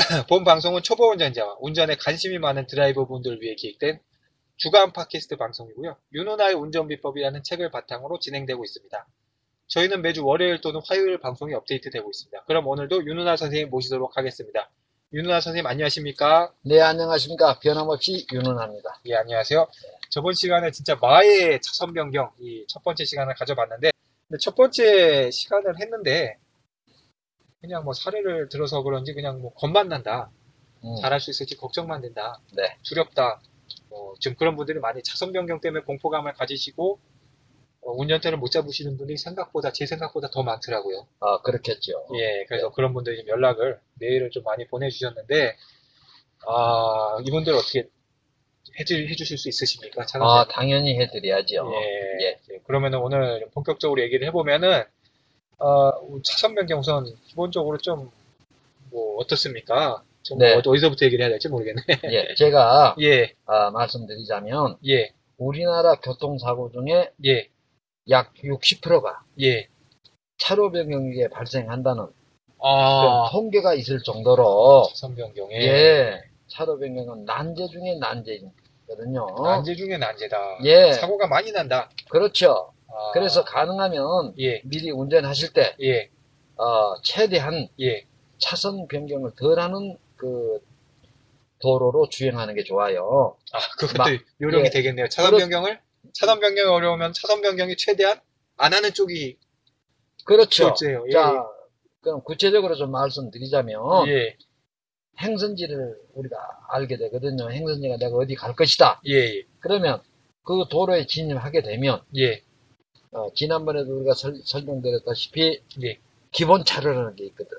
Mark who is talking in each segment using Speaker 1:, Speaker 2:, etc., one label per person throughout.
Speaker 1: 본 방송은 초보 운전자와 운전에 관심이 많은 드라이버 분들을 위해 기획된 주간 팟캐스트 방송이고요. 윤누나의 운전 비법이라는 책을 바탕으로 진행되고 있습니다. 저희는 매주 월요일 또는 화요일 방송이 업데이트되고 있습니다. 그럼 오늘도 윤누나 선생님 모시도록 하겠습니다. 윤누나 선생님 안녕하십니까?
Speaker 2: 네, 안녕하십니까. 변함없이 윤은합니다.
Speaker 1: 예, 안녕하세요. 저번 시간에 진짜 마의 차선 변경 이 첫 번째 시간을 가져봤는데 근데 첫 번째 시간을 했는데 그냥 뭐 사례를 들어서 그런지 그냥 뭐 겁만 난다.
Speaker 2: 음,
Speaker 1: 잘할 수 있을지 걱정만 된다.
Speaker 2: 네.
Speaker 1: 두렵다. 뭐 지금 그런 분들이 많이 차선 변경 때문에 공포감을 가지시고 어, 운전대를 못 잡으시는 분이 생각보다 제 생각보다 더 많더라고요.
Speaker 2: 아, 그렇겠죠.
Speaker 1: 예, 그래서 그런 분들이 좀 연락을 메일을 좀 많이 보내주셨는데 아 이분들 어떻게 해주 해주실 수 있으십니까? 차선
Speaker 2: 아, 당연히 해드려야죠.
Speaker 1: 예.
Speaker 2: 예.
Speaker 1: 예, 그러면은 오늘 좀 본격적으로 얘기를 해보면은, 어, 차선 변경 우선 기본적으로 좀, 뭐, 어떻습니까? 좀
Speaker 2: 네.
Speaker 1: 어디- 어디서부터 얘기를 해야 될지 모르겠네.
Speaker 2: 예, 제가
Speaker 1: 예,
Speaker 2: 아, 말씀드리자면
Speaker 1: 예,
Speaker 2: 우리나라 교통사고 중에
Speaker 1: 예,
Speaker 2: 약 60%가
Speaker 1: 예.
Speaker 2: 차로 변경에 발생한다는 그런
Speaker 1: 아,
Speaker 2: 통계가 있을 정도로
Speaker 1: 차선 변경에.
Speaker 2: 그렇죠. 예, 차로 변경은 난제 중에 난제거든요.
Speaker 1: 난제 중에 난제다.
Speaker 2: 어. 예.
Speaker 1: 사고가 많이 난다.
Speaker 2: 그렇죠.
Speaker 1: 아,
Speaker 2: 그래서 가능하면
Speaker 1: 예,
Speaker 2: 미리 운전하실 때
Speaker 1: 예,
Speaker 2: 어, 최대한
Speaker 1: 예.
Speaker 2: 차선 변경을 덜하는 그 도로로 주행하는 게 좋아요.
Speaker 1: 아, 그것도
Speaker 2: 막,
Speaker 1: 요령이
Speaker 2: 예.
Speaker 1: 되겠네요. 차선
Speaker 2: 그렇-
Speaker 1: 변경을? 차선 변경이 어려우면 차선 변경이 최대한 안 하는 쪽이
Speaker 2: 그렇죠.
Speaker 1: 좋지요. 예,
Speaker 2: 자, 어. 그럼 구체적으로 좀 말씀드리자면
Speaker 1: 예,
Speaker 2: 행선지를 우리가 알게 되거든요. 행선지가 내가 어디 갈 것이다.
Speaker 1: 예, 예,
Speaker 2: 그러면 그 도로에 진입하게 되면
Speaker 1: 예,
Speaker 2: 어, 지난번에도 우리가 설, 설명드렸다시피
Speaker 1: 예.
Speaker 2: 기본 차로라는 게 있거든.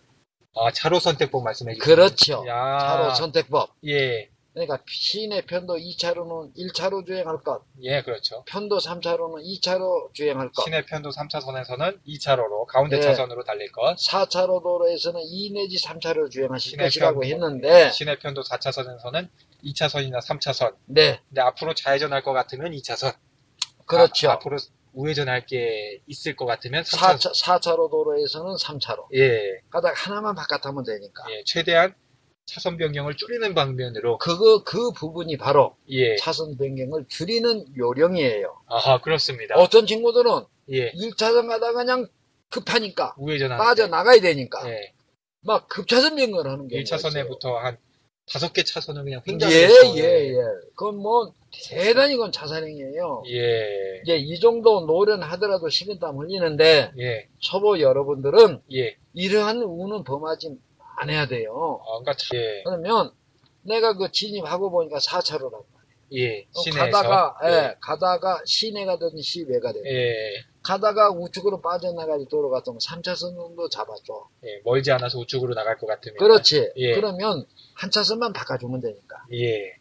Speaker 1: 아, 차로 선택법 말씀해 주세요.
Speaker 2: 그렇죠.
Speaker 1: 야,
Speaker 2: 차로 선택법.
Speaker 1: 예,
Speaker 2: 그러니까 시내 편도 2차로는 1차로 주행할 것,
Speaker 1: 예, 그렇죠.
Speaker 2: 편도 3차로는 2차로 주행할 것,
Speaker 1: 시내 편도 3차선에서는 2차로로 가운데
Speaker 2: 예.
Speaker 1: 차선으로 달릴 것.
Speaker 2: 4차로 도로에서는 2 내지 3차로 주행하실
Speaker 1: 시내
Speaker 2: 것이라고
Speaker 1: 편도.
Speaker 2: 했는데,
Speaker 1: 시내 편도 4차선에서는 2차선이나 3차선.
Speaker 2: 네,
Speaker 1: 근데 앞으로 좌회전할 것 같으면 2차선. 아,
Speaker 2: 그렇죠.
Speaker 1: 앞으로 우회전할 게 있을 것 같으면 3차선.
Speaker 2: 4차, 4차로 도로에서는 3차로.
Speaker 1: 예,
Speaker 2: 가다가 하나만 바깥하면 되니까.
Speaker 1: 예, 최대한 차선 변경을 줄이는 방면으로.
Speaker 2: 그거, 그 부분이 바로
Speaker 1: 예.
Speaker 2: 차선 변경을 줄이는 요령이에요.
Speaker 1: 아, 그렇습니다.
Speaker 2: 어떤 친구들은
Speaker 1: 예.
Speaker 2: 1차선 가다가 그냥 급하니까,
Speaker 1: 우회전하는.
Speaker 2: 빠져나가야 되니까,
Speaker 1: 아, 네. 예.
Speaker 2: 막 급차선 변경을 하는 경우가 있어요.
Speaker 1: 1차선에부터 한 다섯 개 차선을 그냥
Speaker 2: 예,
Speaker 1: 횡단해서
Speaker 2: 예, 예. 그건 뭐, 대단히 그건 자살행위예요
Speaker 1: 예.
Speaker 2: 이제 이 정도 노련하더라도 식은땀 흘리는데,
Speaker 1: 예.
Speaker 2: 초보 여러분들은
Speaker 1: 예.
Speaker 2: 이러한 우는 범하지 않아야 돼요.
Speaker 1: 아, 그러니까 차- 예.
Speaker 2: 그러면 내가 그 진입하고 보니까 4차로라고.
Speaker 1: 예. 시내에서 네.
Speaker 2: 가다가, 예, 가다가 시내가 되든 시외가 되든.
Speaker 1: 예. 예.
Speaker 2: 가다가 우측으로 빠져나가지 도로 같으면 3차선 정도 잡아줘.
Speaker 1: 예, 멀지 않아서 우측으로 나갈 것 같으면.
Speaker 2: 그렇지.
Speaker 1: 예.
Speaker 2: 그러면 한 차선만 바꿔주면 되니까.
Speaker 1: 예,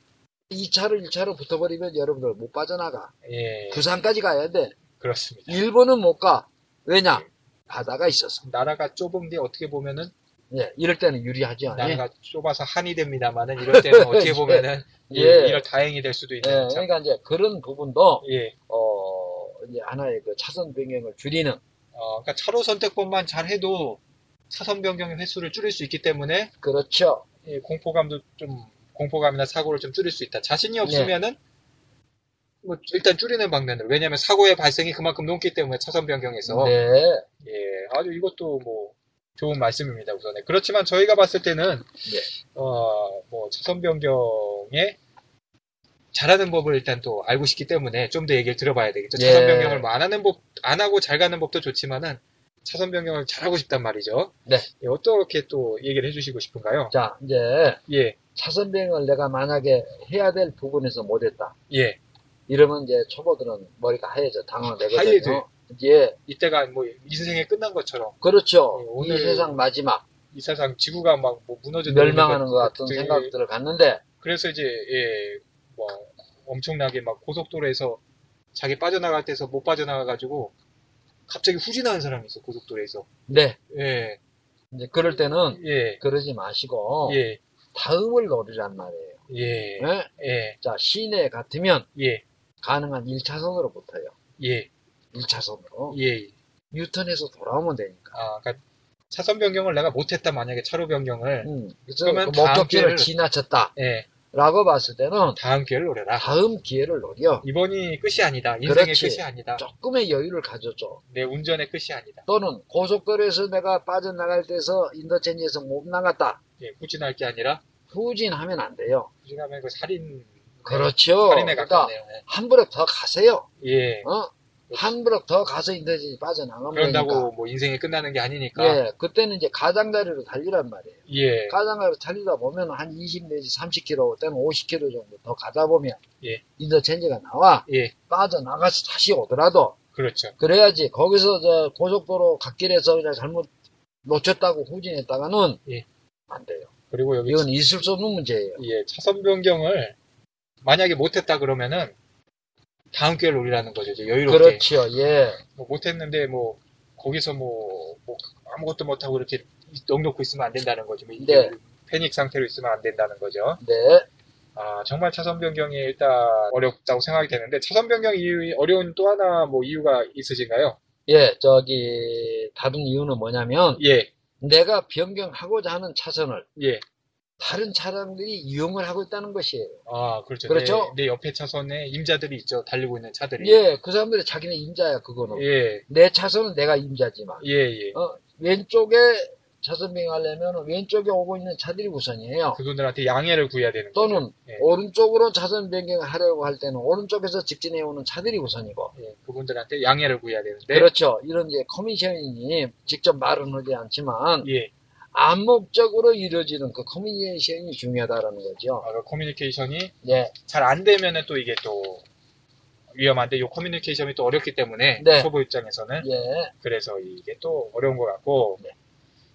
Speaker 2: 2차로 1차로 붙어버리면 여러분들 못 빠져나가.
Speaker 1: 예.
Speaker 2: 부산까지 가야 돼.
Speaker 1: 그렇습니다.
Speaker 2: 일본은 못 가. 왜냐?
Speaker 1: 예.
Speaker 2: 바다가 있어서.
Speaker 1: 나라가 좁은 게 어떻게 보면은,
Speaker 2: 예, 이럴 때는 유리하지 않아요. 예.
Speaker 1: 나라가 좁아서 한이 됩니다만은, 이럴 때는 어떻게 보면은, 예,
Speaker 2: 예.
Speaker 1: 이럴 다행이 될 수도 있는.
Speaker 2: 예,
Speaker 1: 참.
Speaker 2: 그러니까 이제 그런 부분도
Speaker 1: 예.
Speaker 2: 어, 이제 하나의 그 차선 변경을 줄이는,
Speaker 1: 어, 그러니까 차로 선택법만 잘 해도 차선 변경의 횟수를 줄일 수 있기 때문에,
Speaker 2: 그렇죠.
Speaker 1: 예, 공포감도 좀, 공포감이나 사고를 좀 줄일 수 있다.
Speaker 2: 예.
Speaker 1: 자신이 없으면은, 뭐, 일단 줄이는 방면으로. 왜냐면 하 사고의 발생이 그만큼 높기 때문에 차선 변경에서.
Speaker 2: 네.
Speaker 1: 예, 아주 이것도 뭐 좋은 말씀입니다, 우선에. 그렇지만 저희가 봤을 때는,
Speaker 2: 네.
Speaker 1: 어, 뭐, 차선 변경에 잘하는 법을 일단 또 알고 싶기 때문에 좀 더 얘기를 들어봐야 되겠죠. 뭐
Speaker 2: 예.
Speaker 1: 차선 변경을 뭐안 하는 법, 안 하고 잘 가는 법도 좋지만은, 차선 변경을 잘하고 싶단 말이죠.
Speaker 2: 네.
Speaker 1: 예, 어떻게 또 얘기를 해주시고 싶은가요?
Speaker 2: 자, 이제
Speaker 1: 예,
Speaker 2: 차선 변경을 내가 만약에 해야 될 부분에서 못했다.
Speaker 1: 예.
Speaker 2: 이러면 이제 초보들은 머리가 하얘져 당황되거든요.
Speaker 1: 하얘져요?
Speaker 2: 예,
Speaker 1: 이때가 뭐 인생이 끝난 것처럼
Speaker 2: 그렇죠.
Speaker 1: 네,
Speaker 2: 이
Speaker 1: 오늘
Speaker 2: 세상 마지막
Speaker 1: 이 세상 지구가 막뭐 무너져
Speaker 2: 멸망하는 것 같은
Speaker 1: 되게-
Speaker 2: 생각들을 갖는데
Speaker 1: 그래서 이제 예, 뭐 엄청나게 막 고속도로에서 자기 빠져나갈 때서 못 빠져나가가지고 갑자기 후진하는 사람이 있어 고속도로에서
Speaker 2: 네,
Speaker 1: 예,
Speaker 2: 이제 그럴 때는
Speaker 1: 예,
Speaker 2: 그러지 마시고
Speaker 1: 예,
Speaker 2: 다음을 노리란 말이에요.
Speaker 1: 예,
Speaker 2: 네?
Speaker 1: 예,
Speaker 2: 자, 시내 같으면
Speaker 1: 예,
Speaker 2: 가능한 1차선으로 붙어요.
Speaker 1: 예,
Speaker 2: 1차선으로.
Speaker 1: 예.
Speaker 2: 뉴턴에서 돌아오면 되니까.
Speaker 1: 아, 그러니까 차선 변경을 내가 못했다 만약에 차로 변경을
Speaker 2: 음, 그래서 그
Speaker 1: 그러면 다음
Speaker 2: 목적지를
Speaker 1: 기회를-
Speaker 2: 지나쳤다.
Speaker 1: 예,
Speaker 2: 라고 봤을 때는
Speaker 1: 다음 기회를 노려라.
Speaker 2: 다음 기회를 노려
Speaker 1: 이번이 끝이 아니다. 인생의
Speaker 2: 그렇지.
Speaker 1: 끝이 아니다.
Speaker 2: 조금의 여유를 가져줘.
Speaker 1: 내 운전의 끝이 아니다.
Speaker 2: 또는 고속도로에서 내가 빠져나갈 때서 인더체인지에서 못 나갔다.
Speaker 1: 예, 후진할 게 아니라
Speaker 2: 후진하면 안 돼요.
Speaker 1: 후진하면 그 살인
Speaker 2: 그렇죠.
Speaker 1: 살인에
Speaker 2: 그러니까
Speaker 1: 가깝네요. 네.
Speaker 2: 한 브럭 더 가세요.
Speaker 1: 예.
Speaker 2: 어? 한 브럭 더 가서 인더체인지 빠져나가면
Speaker 1: 그런다고 뭐 인생이 끝나는 게 아니니까.
Speaker 2: 되니까. 그러니까. 예, 그때는 이제 가장자리로 달리란 말이에요.
Speaker 1: 예.
Speaker 2: 가장가로 달리다 보면 한 20 내지 30km, 때는 50km 정도 더 가다 보면
Speaker 1: 예.
Speaker 2: 인더체인지가 나와
Speaker 1: 예.
Speaker 2: 빠져나가서 다시 오더라도
Speaker 1: 그렇죠.
Speaker 2: 그래야지 거기서 저 고속도로 갓길에서 그냥 잘못 놓쳤다고 후진했다가는
Speaker 1: 예.
Speaker 2: 안 돼요.
Speaker 1: 그리고 여기
Speaker 2: 이건 있을 수 없는 문제예요.
Speaker 1: 예, 차선 변경을 만약에 못 했다 그러면은 다음 기회를 노리라는 거죠. 이제 여유롭게.
Speaker 2: 그렇지요. 예.
Speaker 1: 뭐 못했는데 뭐 거기서 뭐, 뭐 아무것도 못하고 이렇게 넉놓고 있으면 안 된다는 거죠. 뭐 이게
Speaker 2: 네.
Speaker 1: 패닉 상태로 있으면 안 된다는 거죠.
Speaker 2: 네.
Speaker 1: 아 정말 차선 변경이 일단 어렵다고 생각이 되는데 차선 변경 이유 어려운 또 하나 뭐 이유가 있으신가요?
Speaker 2: 예. 저기 다른 이유는 뭐냐면
Speaker 1: 예,
Speaker 2: 내가 변경하고자 하는 차선을
Speaker 1: 예.
Speaker 2: 다른 차량들이 이용을 하고 있다는 것이에요.
Speaker 1: 아 그렇죠.
Speaker 2: 그렇죠.
Speaker 1: 내, 내 옆에 차선에 임자들이 있죠. 달리고 있는 차들이.
Speaker 2: 예. 그 사람들이 자기네 임자야 그거는.
Speaker 1: 예,
Speaker 2: 내 차선은 내가 임자지만
Speaker 1: 예, 예.
Speaker 2: 어. 왼쪽에 차선 변경하려면 왼쪽에 오고 있는 차들이 우선이에요.
Speaker 1: 그분들한테 양해를 구해야 되는 거죠.
Speaker 2: 또는
Speaker 1: 예.
Speaker 2: 오른쪽으로 차선 변경을 하려고 할 때는 오른쪽에서 직진해 오는 차들이 우선이고
Speaker 1: 예, 그분들한테 양해를 구해야 되는데.
Speaker 2: 그렇죠. 이런 이제 커미셔닝이 직접 말은 하지 않지만
Speaker 1: 예,
Speaker 2: 암묵적으로 이루어지는 그 커뮤니케이션이 중요하다라는 거죠.
Speaker 1: 아, 그 커뮤니케이션이
Speaker 2: 예,
Speaker 1: 잘 안 되면은 또 이게 또 위험한데 이 커뮤니케이션이 또 어렵기 때문에
Speaker 2: 네.
Speaker 1: 초보 입장에서는
Speaker 2: 예.
Speaker 1: 그래서 이게 또 어려운 것 같고
Speaker 2: 네.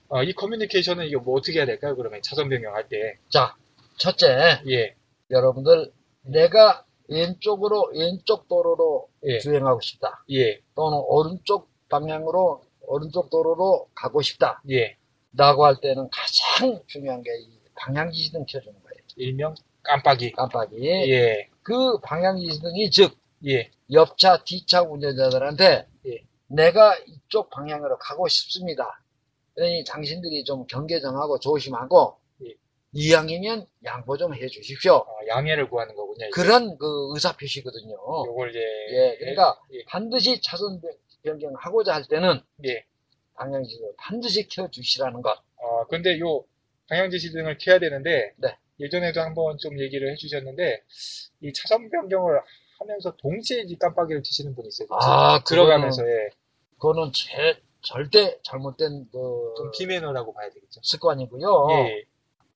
Speaker 1: 어, 이 커뮤니케이션은 이거 뭐 어떻게 해야 될까요? 그러면 차선 변경할 때
Speaker 2: 자, 첫째,
Speaker 1: 예,
Speaker 2: 여러분들 내가 왼쪽으로 왼쪽 도로로
Speaker 1: 예,
Speaker 2: 주행하고 싶다.
Speaker 1: 예,
Speaker 2: 또는 오른쪽 방향으로 오른쪽 도로로 가고 싶다.
Speaker 1: 예,
Speaker 2: 라고 할 때는 가장 중요한 게 이 방향지시등 켜주는 거예요.
Speaker 1: 일명 깜빡이
Speaker 2: 깜빡이.
Speaker 1: 예,
Speaker 2: 그 방향지시등이 즉
Speaker 1: 예,
Speaker 2: 옆차 뒤차 운전자들한테
Speaker 1: 예.
Speaker 2: 내가 이쪽 방향으로 가고 싶습니다. 그러니 당신들이 좀 경계 정하고 조심하고
Speaker 1: 예.
Speaker 2: 이왕이면 양보 좀 해주십시오.
Speaker 1: 어, 양해를 구하는 거군요. 이게.
Speaker 2: 그런 그 의사표시거든요.
Speaker 1: 요걸 이제
Speaker 2: 예, 그러니까
Speaker 1: 예,
Speaker 2: 반드시 차선 변- 변경하고자 할 때는
Speaker 1: 예.
Speaker 2: 방향지시등 반드시 켜주시라는 것.
Speaker 1: 어, 근데 요 방향지시 등을 켜야 되는데
Speaker 2: 네.
Speaker 1: 예전에도 한번 좀 얘기를 해주셨는데 이 차선 변경을 하면서 동시에 이 깜빡이를 켜시는 분이 있어요.
Speaker 2: 아,
Speaker 1: 들어가면서 예,
Speaker 2: 그거는 제, 절대 잘못된 그
Speaker 1: 좀 비매너라고 봐야 되겠죠.
Speaker 2: 습관이고요.
Speaker 1: 예,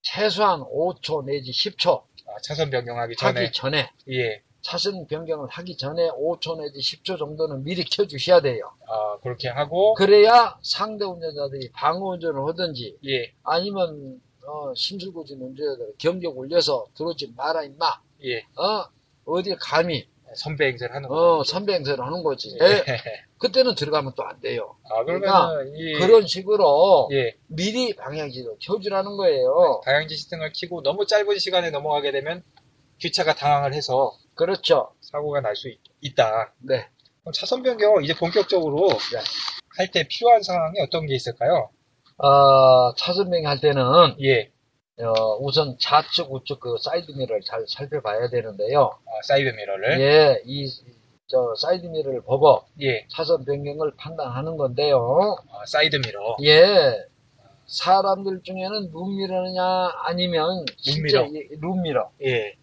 Speaker 2: 최소한 5초 내지 10초
Speaker 1: 아, 차선 변경하기 전에
Speaker 2: 하기 전에
Speaker 1: 예,
Speaker 2: 차선 변경을 하기 전에 5초 내지 10초 정도는 미리 켜주셔야 돼요.
Speaker 1: 아, 그렇게 하고
Speaker 2: 그래야 상대 운전자들이 방어 운전을 하든지
Speaker 1: 예,
Speaker 2: 아니면 어, 심술궂은 운전자들 경적 올려서 들어오지 마라 임마.
Speaker 1: 예,
Speaker 2: 어? 어디 감히
Speaker 1: 선배 행세를 하는 거예요.
Speaker 2: 어, 선배 네. 행세를 하는 거지.
Speaker 1: 예.
Speaker 2: 에, 그때는 들어가면 또 안 돼요.
Speaker 1: 아, 그러면은
Speaker 2: 그러니까
Speaker 1: 이
Speaker 2: 그런 식으로
Speaker 1: 예,
Speaker 2: 미리 방향지도 켜주라는 거예요.
Speaker 1: 방향지시 등을 켜고 너무 짧은 시간에 넘어가게 되면 귀차가 당황을 해서
Speaker 2: 그렇죠.
Speaker 1: 사고가 날 수 있다.
Speaker 2: 네.
Speaker 1: 그럼 차선 변경을 이제 본격적으로 할 때 필요한 상황이 어떤 게 있을까요?
Speaker 2: 아, 차선뱅이 할 때는
Speaker 1: 예,
Speaker 2: 어, 우선 좌측 우측 그 사이드미러를 잘 살펴봐야 되는데요.
Speaker 1: 아, 사이드 미러를
Speaker 2: 예, 이 저 사이드미러를 보고
Speaker 1: 예,
Speaker 2: 차선 변경을 판단하는 건데요.
Speaker 1: 아, 사이드 미러
Speaker 2: 예, 사람들 중에는 룸미러냐 아니면 실제 이- 룸미러
Speaker 1: 예,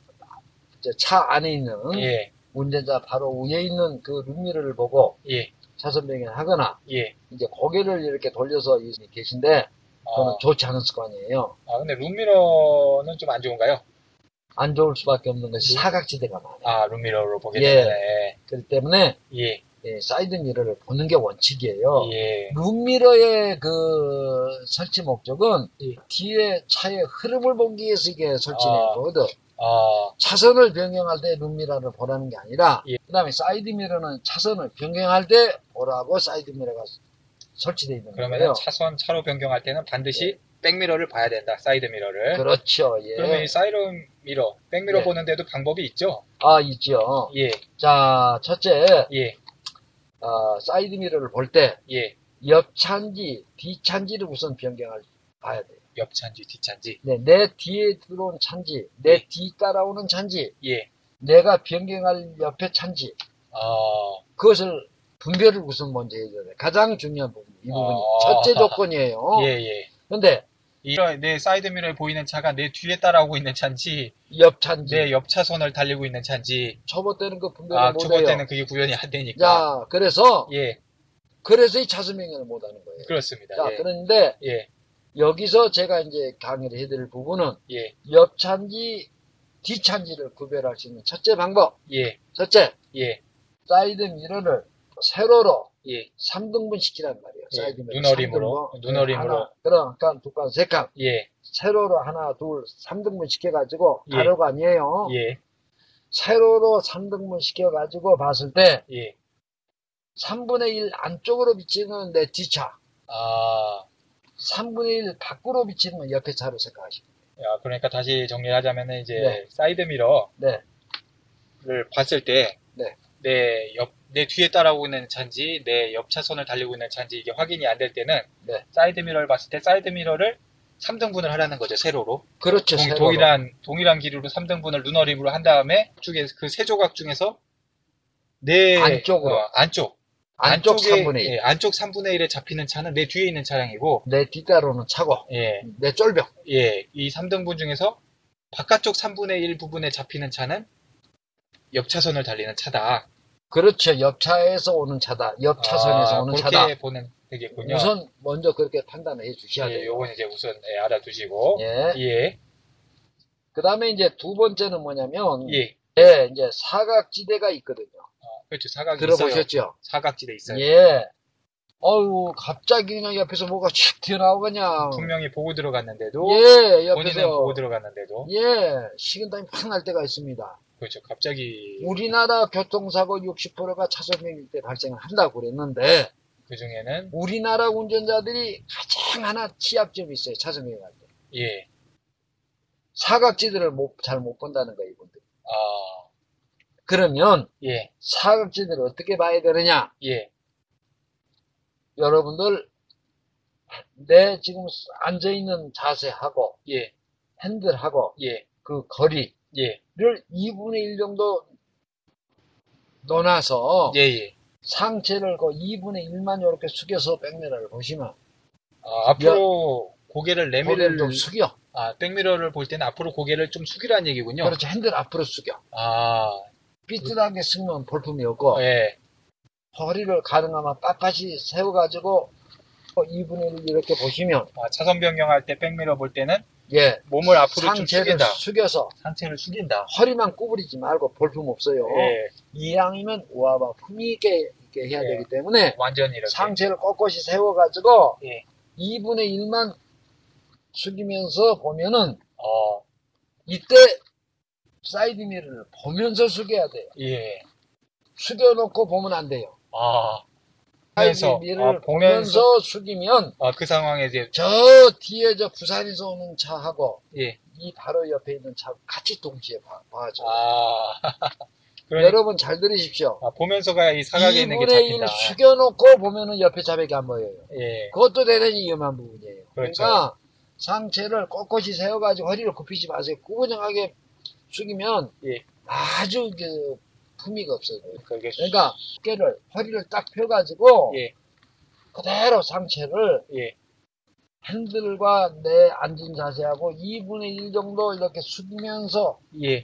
Speaker 2: 이제 차 안에 있는
Speaker 1: 예,
Speaker 2: 운전자 바로 위에 있는 그 룸미러를 보고
Speaker 1: 예,
Speaker 2: 차선 변경하거나
Speaker 1: 예.
Speaker 2: 이제 고개를 이렇게 돌려서 이- 계신데 그거는
Speaker 1: 어,
Speaker 2: 좋지 않은 습관이에요.
Speaker 1: 아, 근데 룸미러는 좀 안 좋은가요?
Speaker 2: 안 좋을 수밖에 없는 것이 사각지대가 많아요.
Speaker 1: 아, 룸미러로 보게
Speaker 2: 예.
Speaker 1: 되면. 예.
Speaker 2: 그렇기 때문에
Speaker 1: 예.
Speaker 2: 이 사이드 미러를 보는 게 원칙이에요.
Speaker 1: 예.
Speaker 2: 룸미러의 그 설치 목적은
Speaker 1: 예.
Speaker 2: 뒤에 차의 흐름을 보기 위해서 이게 설치된
Speaker 1: 아.
Speaker 2: 거거든.
Speaker 1: 아,
Speaker 2: 차선을 변경할 때 룸미러를 보라는 게 아니라
Speaker 1: 예.
Speaker 2: 그다음에 사이드 미러는 차선을 변경할 때 보라고 사이드 미러가 설치되어 있는
Speaker 1: 그러면
Speaker 2: 거예요.
Speaker 1: 차선, 차로 변경할 때는 반드시 백미러를 봐야 된다. 사이드 미러를.
Speaker 2: 그렇죠. 예.
Speaker 1: 그러면 이 사이드 미러, 백미러
Speaker 2: 예.
Speaker 1: 보는데도 방법이 있죠?
Speaker 2: 아 있죠.
Speaker 1: 예.
Speaker 2: 자 첫째
Speaker 1: 예.
Speaker 2: 어, 사이드 미러를 볼 때
Speaker 1: 예.
Speaker 2: 옆차인지 뒤차인지를 우선 변경할 봐야 돼요.
Speaker 1: 옆 차인지 뒷 차인지.
Speaker 2: 네, 내 뒤에 들어온 차인지, 내 뒤 따라오는 차인지,
Speaker 1: 예.
Speaker 2: 내가 변경할 옆에 차인지
Speaker 1: 아,
Speaker 2: 그것을 분별을 우선 먼저 해줘야 돼요. 가장 중요한 부분, 이 부분이
Speaker 1: 아.
Speaker 2: 첫째 조건이에요.
Speaker 1: 예, 예.
Speaker 2: 근데
Speaker 1: 이, 내 사이드 미러에 보이는 차가 내 뒤에 따라오고 있는 차인지,
Speaker 2: 옆 차인지
Speaker 1: 내 옆 차선을 달리고 있는 차인지,
Speaker 2: 초보 때는 음. 그 분별을
Speaker 1: 네. 아, 초보
Speaker 2: 못해요.
Speaker 1: 때는 그러니까. 그게 구현이 안 되니까.
Speaker 2: 자, 그래서
Speaker 1: 예,
Speaker 2: 그래서 이 차수명을 못하는 거예요.
Speaker 1: 그렇습니다.
Speaker 2: 자,
Speaker 1: 예.
Speaker 2: 그런데
Speaker 1: 예,
Speaker 2: 여기서 제가 이제 강의를 해드릴 부분은
Speaker 1: 예,
Speaker 2: 옆 차인지 뒤 차인지를 구별할 수 있는 첫째 방법.
Speaker 1: 예,
Speaker 2: 첫째,
Speaker 1: 예,
Speaker 2: 사이드 미러를 세로로
Speaker 1: 예,
Speaker 2: 3등분 시키란 말이에요.
Speaker 1: 예,
Speaker 2: 사이드 미러.
Speaker 1: 눈어림으로,
Speaker 2: 3등분.
Speaker 1: 눈어림으로.
Speaker 2: 하나, 그럼 한 칸, 두 칸, 세 칸.
Speaker 1: 예,
Speaker 2: 세로로 하나, 둘, 3등분 시켜가지고
Speaker 1: 예.
Speaker 2: 가로가 아니에요.
Speaker 1: 예,
Speaker 2: 세로로 3등분 시켜가지고 봤을 때
Speaker 1: 예.
Speaker 2: 3분의 1 안쪽으로 비치는 내 뒤차,
Speaker 1: 아,
Speaker 2: 3분의 1 밖으로 비치는 옆에 차로 생각하시면
Speaker 1: 야, 그러니까 다시 정리하자면 은 이제
Speaker 2: 네.
Speaker 1: 사이드 미러를
Speaker 2: 돼요. 네.
Speaker 1: 봤을 때,
Speaker 2: 네.
Speaker 1: 내 옆, 내 뒤에 따라오고 있는 차인지, 내 옆 차선을 달리고 있는 차인지 이게 확인이 안 될 때는
Speaker 2: 네.
Speaker 1: 사이드 미러를 봤을 때 사이드 미러를 3등분을 하라는 거죠, 세로로.
Speaker 2: 그렇죠. 세로로.
Speaker 1: 동, 일한 동일한 길이로 3등분을 눈어림으로 한 다음에 쪽에서 그 세 조각 중에서 내
Speaker 2: 안쪽으로.
Speaker 1: 어, 안쪽
Speaker 2: 안쪽
Speaker 1: 안쪽에-
Speaker 2: 3분의 1.
Speaker 1: 예, 안쪽 3분의 1에 잡히는 차는 내 뒤에 있는 차량이고
Speaker 2: 내 뒤따로는 차고,
Speaker 1: 예,
Speaker 2: 내 쫄병.
Speaker 1: 예, 이 3등분 중에서 바깥쪽 3분의 1 부분에 잡히는 차는 옆 차선을 달리는 차다.
Speaker 2: 그렇죠. 옆 차에서 오는 차다. 옆 차선에서
Speaker 1: 아,
Speaker 2: 오는
Speaker 1: 그렇게
Speaker 2: 차다.
Speaker 1: 보는 되겠군요.
Speaker 2: 우선 먼저 그렇게 판단해 주셔야
Speaker 1: 예,
Speaker 2: 돼요.
Speaker 1: 요건 이제 우선 예, 알아두시고
Speaker 2: 예.
Speaker 1: 예,
Speaker 2: 그 다음에 이제 두 번째는 뭐냐면,
Speaker 1: 예,
Speaker 2: 예, 이제 사각지대가 있거든요.
Speaker 1: 어, 그렇죠. 사각이 있어요.
Speaker 2: 들어보셨죠?
Speaker 1: 사각지대 있어요.
Speaker 2: 예. 어우, 갑자기 그냥 옆에서 뭐가 슉 튀어나오고 그냥.
Speaker 1: 분명히 보고 들어갔는데도
Speaker 2: 예,
Speaker 1: 본인은
Speaker 2: 옆에서.
Speaker 1: 보고 들어갔는데도
Speaker 2: 예, 식은땀이 팍 날 때가 있습니다.
Speaker 1: 그렇죠. 갑자기
Speaker 2: 우리나라 교통사고 60%가 차선명일 때 발생을 한다고 그랬는데,
Speaker 1: 그 중에는
Speaker 2: 우리나라 운전자들이 가장 하나 취약점이 있어요, 차선명할 때.
Speaker 1: 예,
Speaker 2: 사각지대를 못, 잘 못 본다는 거예요, 이분들.
Speaker 1: 아,
Speaker 2: 그러면
Speaker 1: 예,
Speaker 2: 사각지대를 어떻게 봐야 되느냐?
Speaker 1: 예,
Speaker 2: 여러분들, 내 지금 앉아있는 자세하고,
Speaker 1: 예,
Speaker 2: 핸들하고,
Speaker 1: 예,
Speaker 2: 그 거리,
Speaker 1: 예,
Speaker 2: 를 2분의 1 정도 넣어놔서
Speaker 1: 예, 예.
Speaker 2: 상체를 그 2분의 1만 이렇게 숙여서 백미러를 보시면
Speaker 1: 아, 앞으로 고개를
Speaker 2: 머리를
Speaker 1: 내밀을
Speaker 2: 좀 숙여.
Speaker 1: 아, 백미러를 볼 때는 앞으로 고개를 좀 숙이라는 얘기군요.
Speaker 2: 그렇죠. 핸들 앞으로 숙여.
Speaker 1: 아,
Speaker 2: 삐뚤하게 숙면 볼품이 없고
Speaker 1: 예,
Speaker 2: 허리를 가능하면 빳빳이 세워가지고 2분의 1 이렇게 보시면
Speaker 1: 아, 차선 변경할 때 백미러 볼 때는
Speaker 2: 예
Speaker 1: 몸을 앞으로 좀
Speaker 2: 상체를
Speaker 1: 숙인다.
Speaker 2: 숙여서
Speaker 1: 상체를 숙인다.
Speaker 2: 허리만 구부리지 말고 볼품 없어요.
Speaker 1: 예,
Speaker 2: 이왕이면 우아바 품위 있게 이렇게 해야
Speaker 1: 예.
Speaker 2: 되기 때문에
Speaker 1: 완전히 이렇게.
Speaker 2: 상체를 꼿꼿이 세워가지고
Speaker 1: 예.
Speaker 2: 2분의 1만 숙이면서 보면은
Speaker 1: 어,
Speaker 2: 이때 사이드 미러를 보면서 숙여야 돼요.
Speaker 1: 예,
Speaker 2: 숙여놓고 보면 안 돼요.
Speaker 1: 아,
Speaker 2: 사이드
Speaker 1: 보면서,
Speaker 2: 미러를
Speaker 1: 아, 보면서.
Speaker 2: 보면서 숙이면
Speaker 1: 아, 그 상황에 이제
Speaker 2: 저 뒤에 저 부산에서 오는 차하고
Speaker 1: 예,
Speaker 2: 이 바로 옆에 있는 차 같이 동시에 봐, 봐줘.
Speaker 1: 아, 그러니까
Speaker 2: 여러분 잘 들으십시오.
Speaker 1: 아, 보면서가 이 사각에 있는 게
Speaker 2: 2분의 1
Speaker 1: 잡힌다.
Speaker 2: 숙여놓고 보면은 옆에 자백이 안 보여요.
Speaker 1: 예,
Speaker 2: 그것도 대단히 위험한 부분이에요. 그러
Speaker 1: 그렇죠.
Speaker 2: 니까 상체를 꼿꼿이 세워가지고 허리를 굽히지 마세요. 구부정하게 숙이면
Speaker 1: 예.
Speaker 2: 아주 그 품위가 없어요.
Speaker 1: 그게
Speaker 2: 그러니까 어깨를 허리를 딱 펴가지고
Speaker 1: 예.
Speaker 2: 그대로 상체를
Speaker 1: 예.
Speaker 2: 핸들과 내 앉은 자세하고 2분의 1 정도 이렇게 숙이면서
Speaker 1: 예,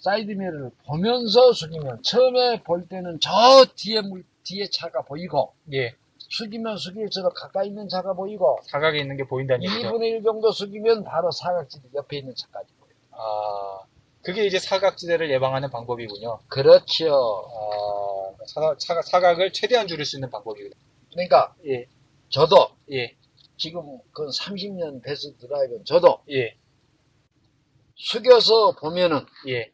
Speaker 2: 사이드미러를 보면서 숙이면 처음에 볼 때는 저 뒤에 물- 뒤에 차가 보이고
Speaker 1: 예,
Speaker 2: 숙이면 숙일수록 가까이 있는 차가 보이고
Speaker 1: 사각에 있는 게 보인다는 얘기죠.
Speaker 2: 2분의 1 정도 숙이면 바로 사각지대 옆에 있는 차까지 보여요.
Speaker 1: 아, 그게 이제 사각지대를 예방하는 방법이군요.
Speaker 2: 그렇죠.
Speaker 1: 아, 사, 사, 사각을 최대한 줄일 수 있는 방법이군요.
Speaker 2: 그러니까
Speaker 1: 예,
Speaker 2: 저도
Speaker 1: 예,
Speaker 2: 지금 그 30년 베스트 드라이브는 저도
Speaker 1: 예,
Speaker 2: 숙여서 보면은
Speaker 1: 예,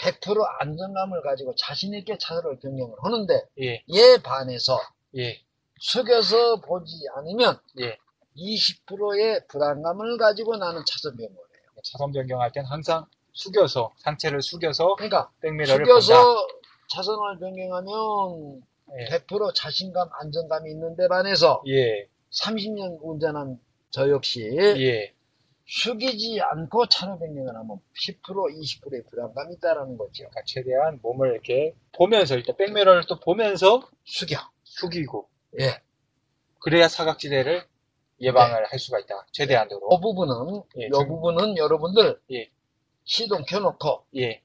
Speaker 2: 100% 안정감을 가지고 자신있게 차를 경영을 하는데
Speaker 1: 예,
Speaker 2: 이에 반해서
Speaker 1: 예,
Speaker 2: 숙여서 보지 않으면
Speaker 1: 예.
Speaker 2: 20%의 불안감을 가지고 나는 차선 변경을 해요.
Speaker 1: 차선 변경할 땐 항상 숙여서, 상체를 숙여서
Speaker 2: 그러니까
Speaker 1: 백미러를 본다.
Speaker 2: 숙여서 차선을 변경하면
Speaker 1: 예,
Speaker 2: 100% 자신감, 안정감이 있는데 반해서
Speaker 1: 예,
Speaker 2: 30년 운전한 저 역시
Speaker 1: 예,
Speaker 2: 숙이지 않고 차로 변경을 하면 10% 20%의 불안감이 있다라는 거죠.
Speaker 1: 그러니까 최대한 몸을 이렇게 보면서, 일단 백미러를 또 보면서
Speaker 2: 숙여.
Speaker 1: 숙이고,
Speaker 2: 예. 네.
Speaker 1: 그래야 사각지대를 예방을 할 수가 있다. 최대한으로.
Speaker 2: 이 부분은,
Speaker 1: 예,
Speaker 2: 이
Speaker 1: 지금-
Speaker 2: 부분은 여러분들
Speaker 1: 예.
Speaker 2: 시동 켜놓고
Speaker 1: 예,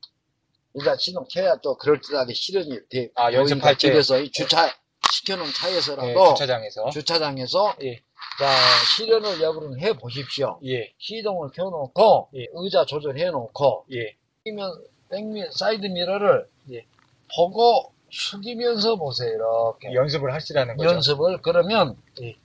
Speaker 2: 일단 시동 켜야 또 그럴듯하게 실현이 돼.
Speaker 1: 아, 연습할 때.
Speaker 2: 집에서 이 주차 시켜놓은 차에서라도
Speaker 1: 예, 주차장에서.
Speaker 2: 장에서
Speaker 1: 예.
Speaker 2: 자 실현을 여부는 해 보십시오.
Speaker 1: 예,
Speaker 2: 시동을 켜놓고
Speaker 1: 예.
Speaker 2: 의자 조절해 놓고
Speaker 1: 예,
Speaker 2: 숙이면 백미 사이드 미러를
Speaker 1: 예.
Speaker 2: 보고 숙이면서 보세요. 이렇게
Speaker 1: 연습을 하시라는 거죠.
Speaker 2: 네. 연습을 그러면
Speaker 1: 예.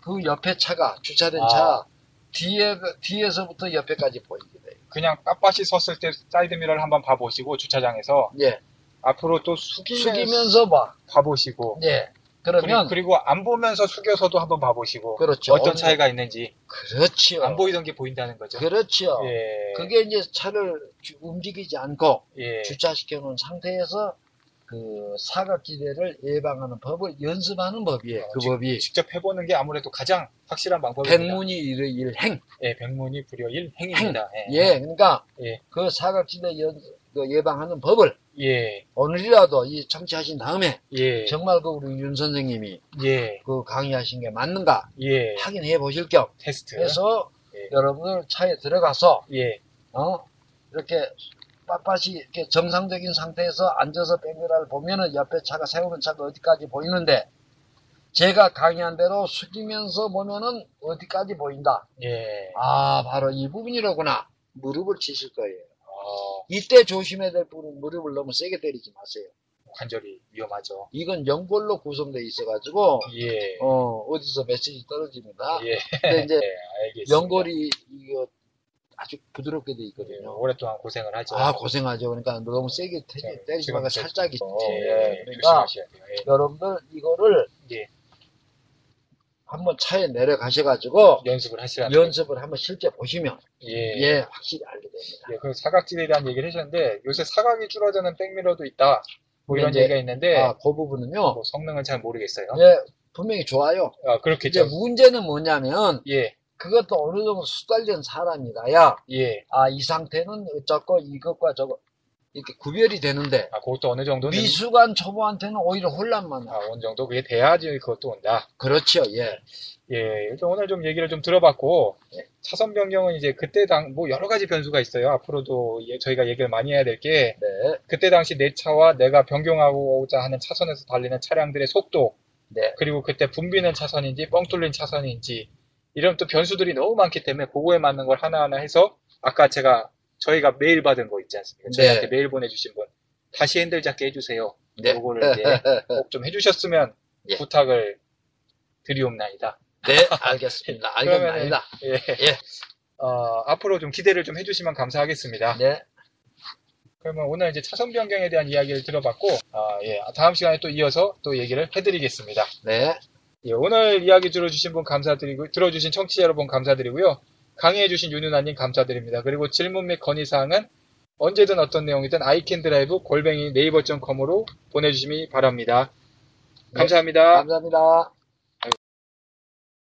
Speaker 2: 그 옆에 차가 주차된
Speaker 1: 아.
Speaker 2: 차 뒤에 뒤에서부터 옆에까지 보이게 돼요.
Speaker 1: 그냥 빳빳이 섰을 때 사이드미러를 한번 봐보시고 주차장에서
Speaker 2: 예.
Speaker 1: 앞으로 또 숙이면서
Speaker 2: 숙이면서 봐.
Speaker 1: 봐보시고
Speaker 2: 예.
Speaker 1: 그리고,
Speaker 2: 그러면
Speaker 1: 그리고 안 보면서 숙여서도 한번 봐보시고
Speaker 2: 그렇죠.
Speaker 1: 어떤 차이가 있는지
Speaker 2: 그렇죠.
Speaker 1: 안 보이던 게 보인다는 거죠.
Speaker 2: 그렇죠.
Speaker 1: 예,
Speaker 2: 그게 이제 차를 주- 움직이지 않고
Speaker 1: 예,
Speaker 2: 주차시켜 놓은 상태에서 그 사각지대를 예방하는 법을 연습하는 법이에요. 그
Speaker 1: 예, 지-
Speaker 2: 법이
Speaker 1: 직접 해보는 게 아무래도 가장 확실한 방법입니다.
Speaker 2: 백문이 일행.
Speaker 1: 예, 백문이 불여일 행입니다.
Speaker 2: 예, 그러니까
Speaker 1: 예.
Speaker 2: 그 사각지대 연, 그 예방하는 법을
Speaker 1: 예,
Speaker 2: 오늘이라도 이 청취하신 다음에
Speaker 1: 예,
Speaker 2: 정말 그 우리 윤 선생님이
Speaker 1: 예,
Speaker 2: 그 강의하신 게 맞는가
Speaker 1: 예,
Speaker 2: 확인해 보실 겸
Speaker 1: 테스트.
Speaker 2: 그래서
Speaker 1: 예.
Speaker 2: 여러분들 차에 들어가서
Speaker 1: 예,
Speaker 2: 어 이렇게 빳빳이 이렇게 정상적인 상태에서 앉아서 백미라를 보면은 옆에 차가 세우는 차가 어디까지 보이는데 제가 강의한 대로 숙이면서 보면은 어디까지 보인다.
Speaker 1: 예,
Speaker 2: 아 바로 이 부분이로구나. 무릎을 치실 거예요.
Speaker 1: 어,
Speaker 2: 이때 조심해야 될 부분은 무릎을 너무 세게 때리지 마세요.
Speaker 1: 관절이 위험하죠.
Speaker 2: 이건 연골로 구성되어 있어가지고,
Speaker 1: 예,
Speaker 2: 어, 어디서 메시지 떨어집니다.
Speaker 1: 예,
Speaker 2: 근데 이제
Speaker 1: 알겠습니다.
Speaker 2: 연골이 이거 아주 부드럽게 돼
Speaker 1: 예,
Speaker 2: 있거든요.
Speaker 1: 오랫동안 고생을 하죠.
Speaker 2: 아, 고생하죠. 그러니까 너무 세게 테-
Speaker 1: 예,
Speaker 2: 때리지 말고
Speaker 1: 지금
Speaker 2: 살짝 있지.
Speaker 1: 어, 예,
Speaker 2: 그러니까
Speaker 1: 조심하셔야 돼요.
Speaker 2: 여러분들 이거를
Speaker 1: 예.
Speaker 2: 한번 차에 내려가셔가지고
Speaker 1: 예. 연습을 하시라는 거죠.
Speaker 2: 연습을 한번 실제 보시면
Speaker 1: 예.
Speaker 2: 예, 확실히 알게 됩니다.
Speaker 1: 예, 그 사각지대에 대한 얘기를 하셨는데 요새 사각이 줄어드는 백미러도 있다. 뭐 이런
Speaker 2: 근데
Speaker 1: 얘기가 있는데
Speaker 2: 아, 그 부분은요.
Speaker 1: 뭐 성능은 잘 모르겠어요.
Speaker 2: 예, 분명히 좋아요.
Speaker 1: 아,
Speaker 2: 이제
Speaker 1: 네. 그렇겠죠.
Speaker 2: 문제는 뭐냐면
Speaker 1: 예,
Speaker 2: 그것도 어느 정도 수달된 사람이라야
Speaker 1: 예.
Speaker 2: 아 이 상태는 어쩌고 이것과 저거 이렇게 구별이 되는데
Speaker 1: 아, 그것도 어느 정도는
Speaker 2: 미숙한 초보한테는 오히려 혼란만
Speaker 1: 아,
Speaker 2: 나.
Speaker 1: 어느 정도 그게 돼야지 그것도 온다.
Speaker 2: 그렇죠, 예,
Speaker 1: 예, 일단 오늘 좀 얘기를 좀 들어봤고
Speaker 2: 예.
Speaker 1: 차선 변경은 이제 그때 당 뭐 여러 가지 변수가 있어요. 앞으로도 예, 저희가 얘기를 많이 해야 될 게
Speaker 2: 네,
Speaker 1: 그때 당시 내 차와 내가 변경하고자 하는 차선에서 달리는 차량들의 속도,
Speaker 2: 네.
Speaker 1: 그리고 그때 붐비는 차선인지 뻥 뚫린 차선인지 이런 또 변수들이 너무 많기 때문에 그거에 맞는 걸 하나하나 해서 아까 제가 저희가 메일 받은 거 있지 않습니까?
Speaker 2: 네.
Speaker 1: 저희한테 메일 보내주신 분 다시 핸들 잡게 해주세요.
Speaker 2: 네,
Speaker 1: 요거를 이제 꼭 좀 해주셨으면
Speaker 2: 예.
Speaker 1: 부탁을 드리옵나이다.
Speaker 2: 네, 알겠습니다. 알겠습니다.
Speaker 1: 예.
Speaker 2: 예.
Speaker 1: 어, 앞으로 좀 기대를 좀 해주시면 감사하겠습니다.
Speaker 2: 네,
Speaker 1: 그러면 오늘 이제 차선 변경에 대한 이야기를 들어봤고, 아, 예, 다음 시간에 또 이어서 또 얘기를 해드리겠습니다.
Speaker 2: 네,
Speaker 1: 예, 오늘 이야기 들어주신 분 감사드리고, 들어주신 청취자 여러분 감사드리고요. 강의해주신 윤은아님 감사드립니다. 그리고 질문 및 건의사항은 언제든 어떤 내용이든 아이캔드라이브 골뱅이 네이버.com으로 보내주시기 바랍니다. 감사합니다.
Speaker 2: 감사합니다.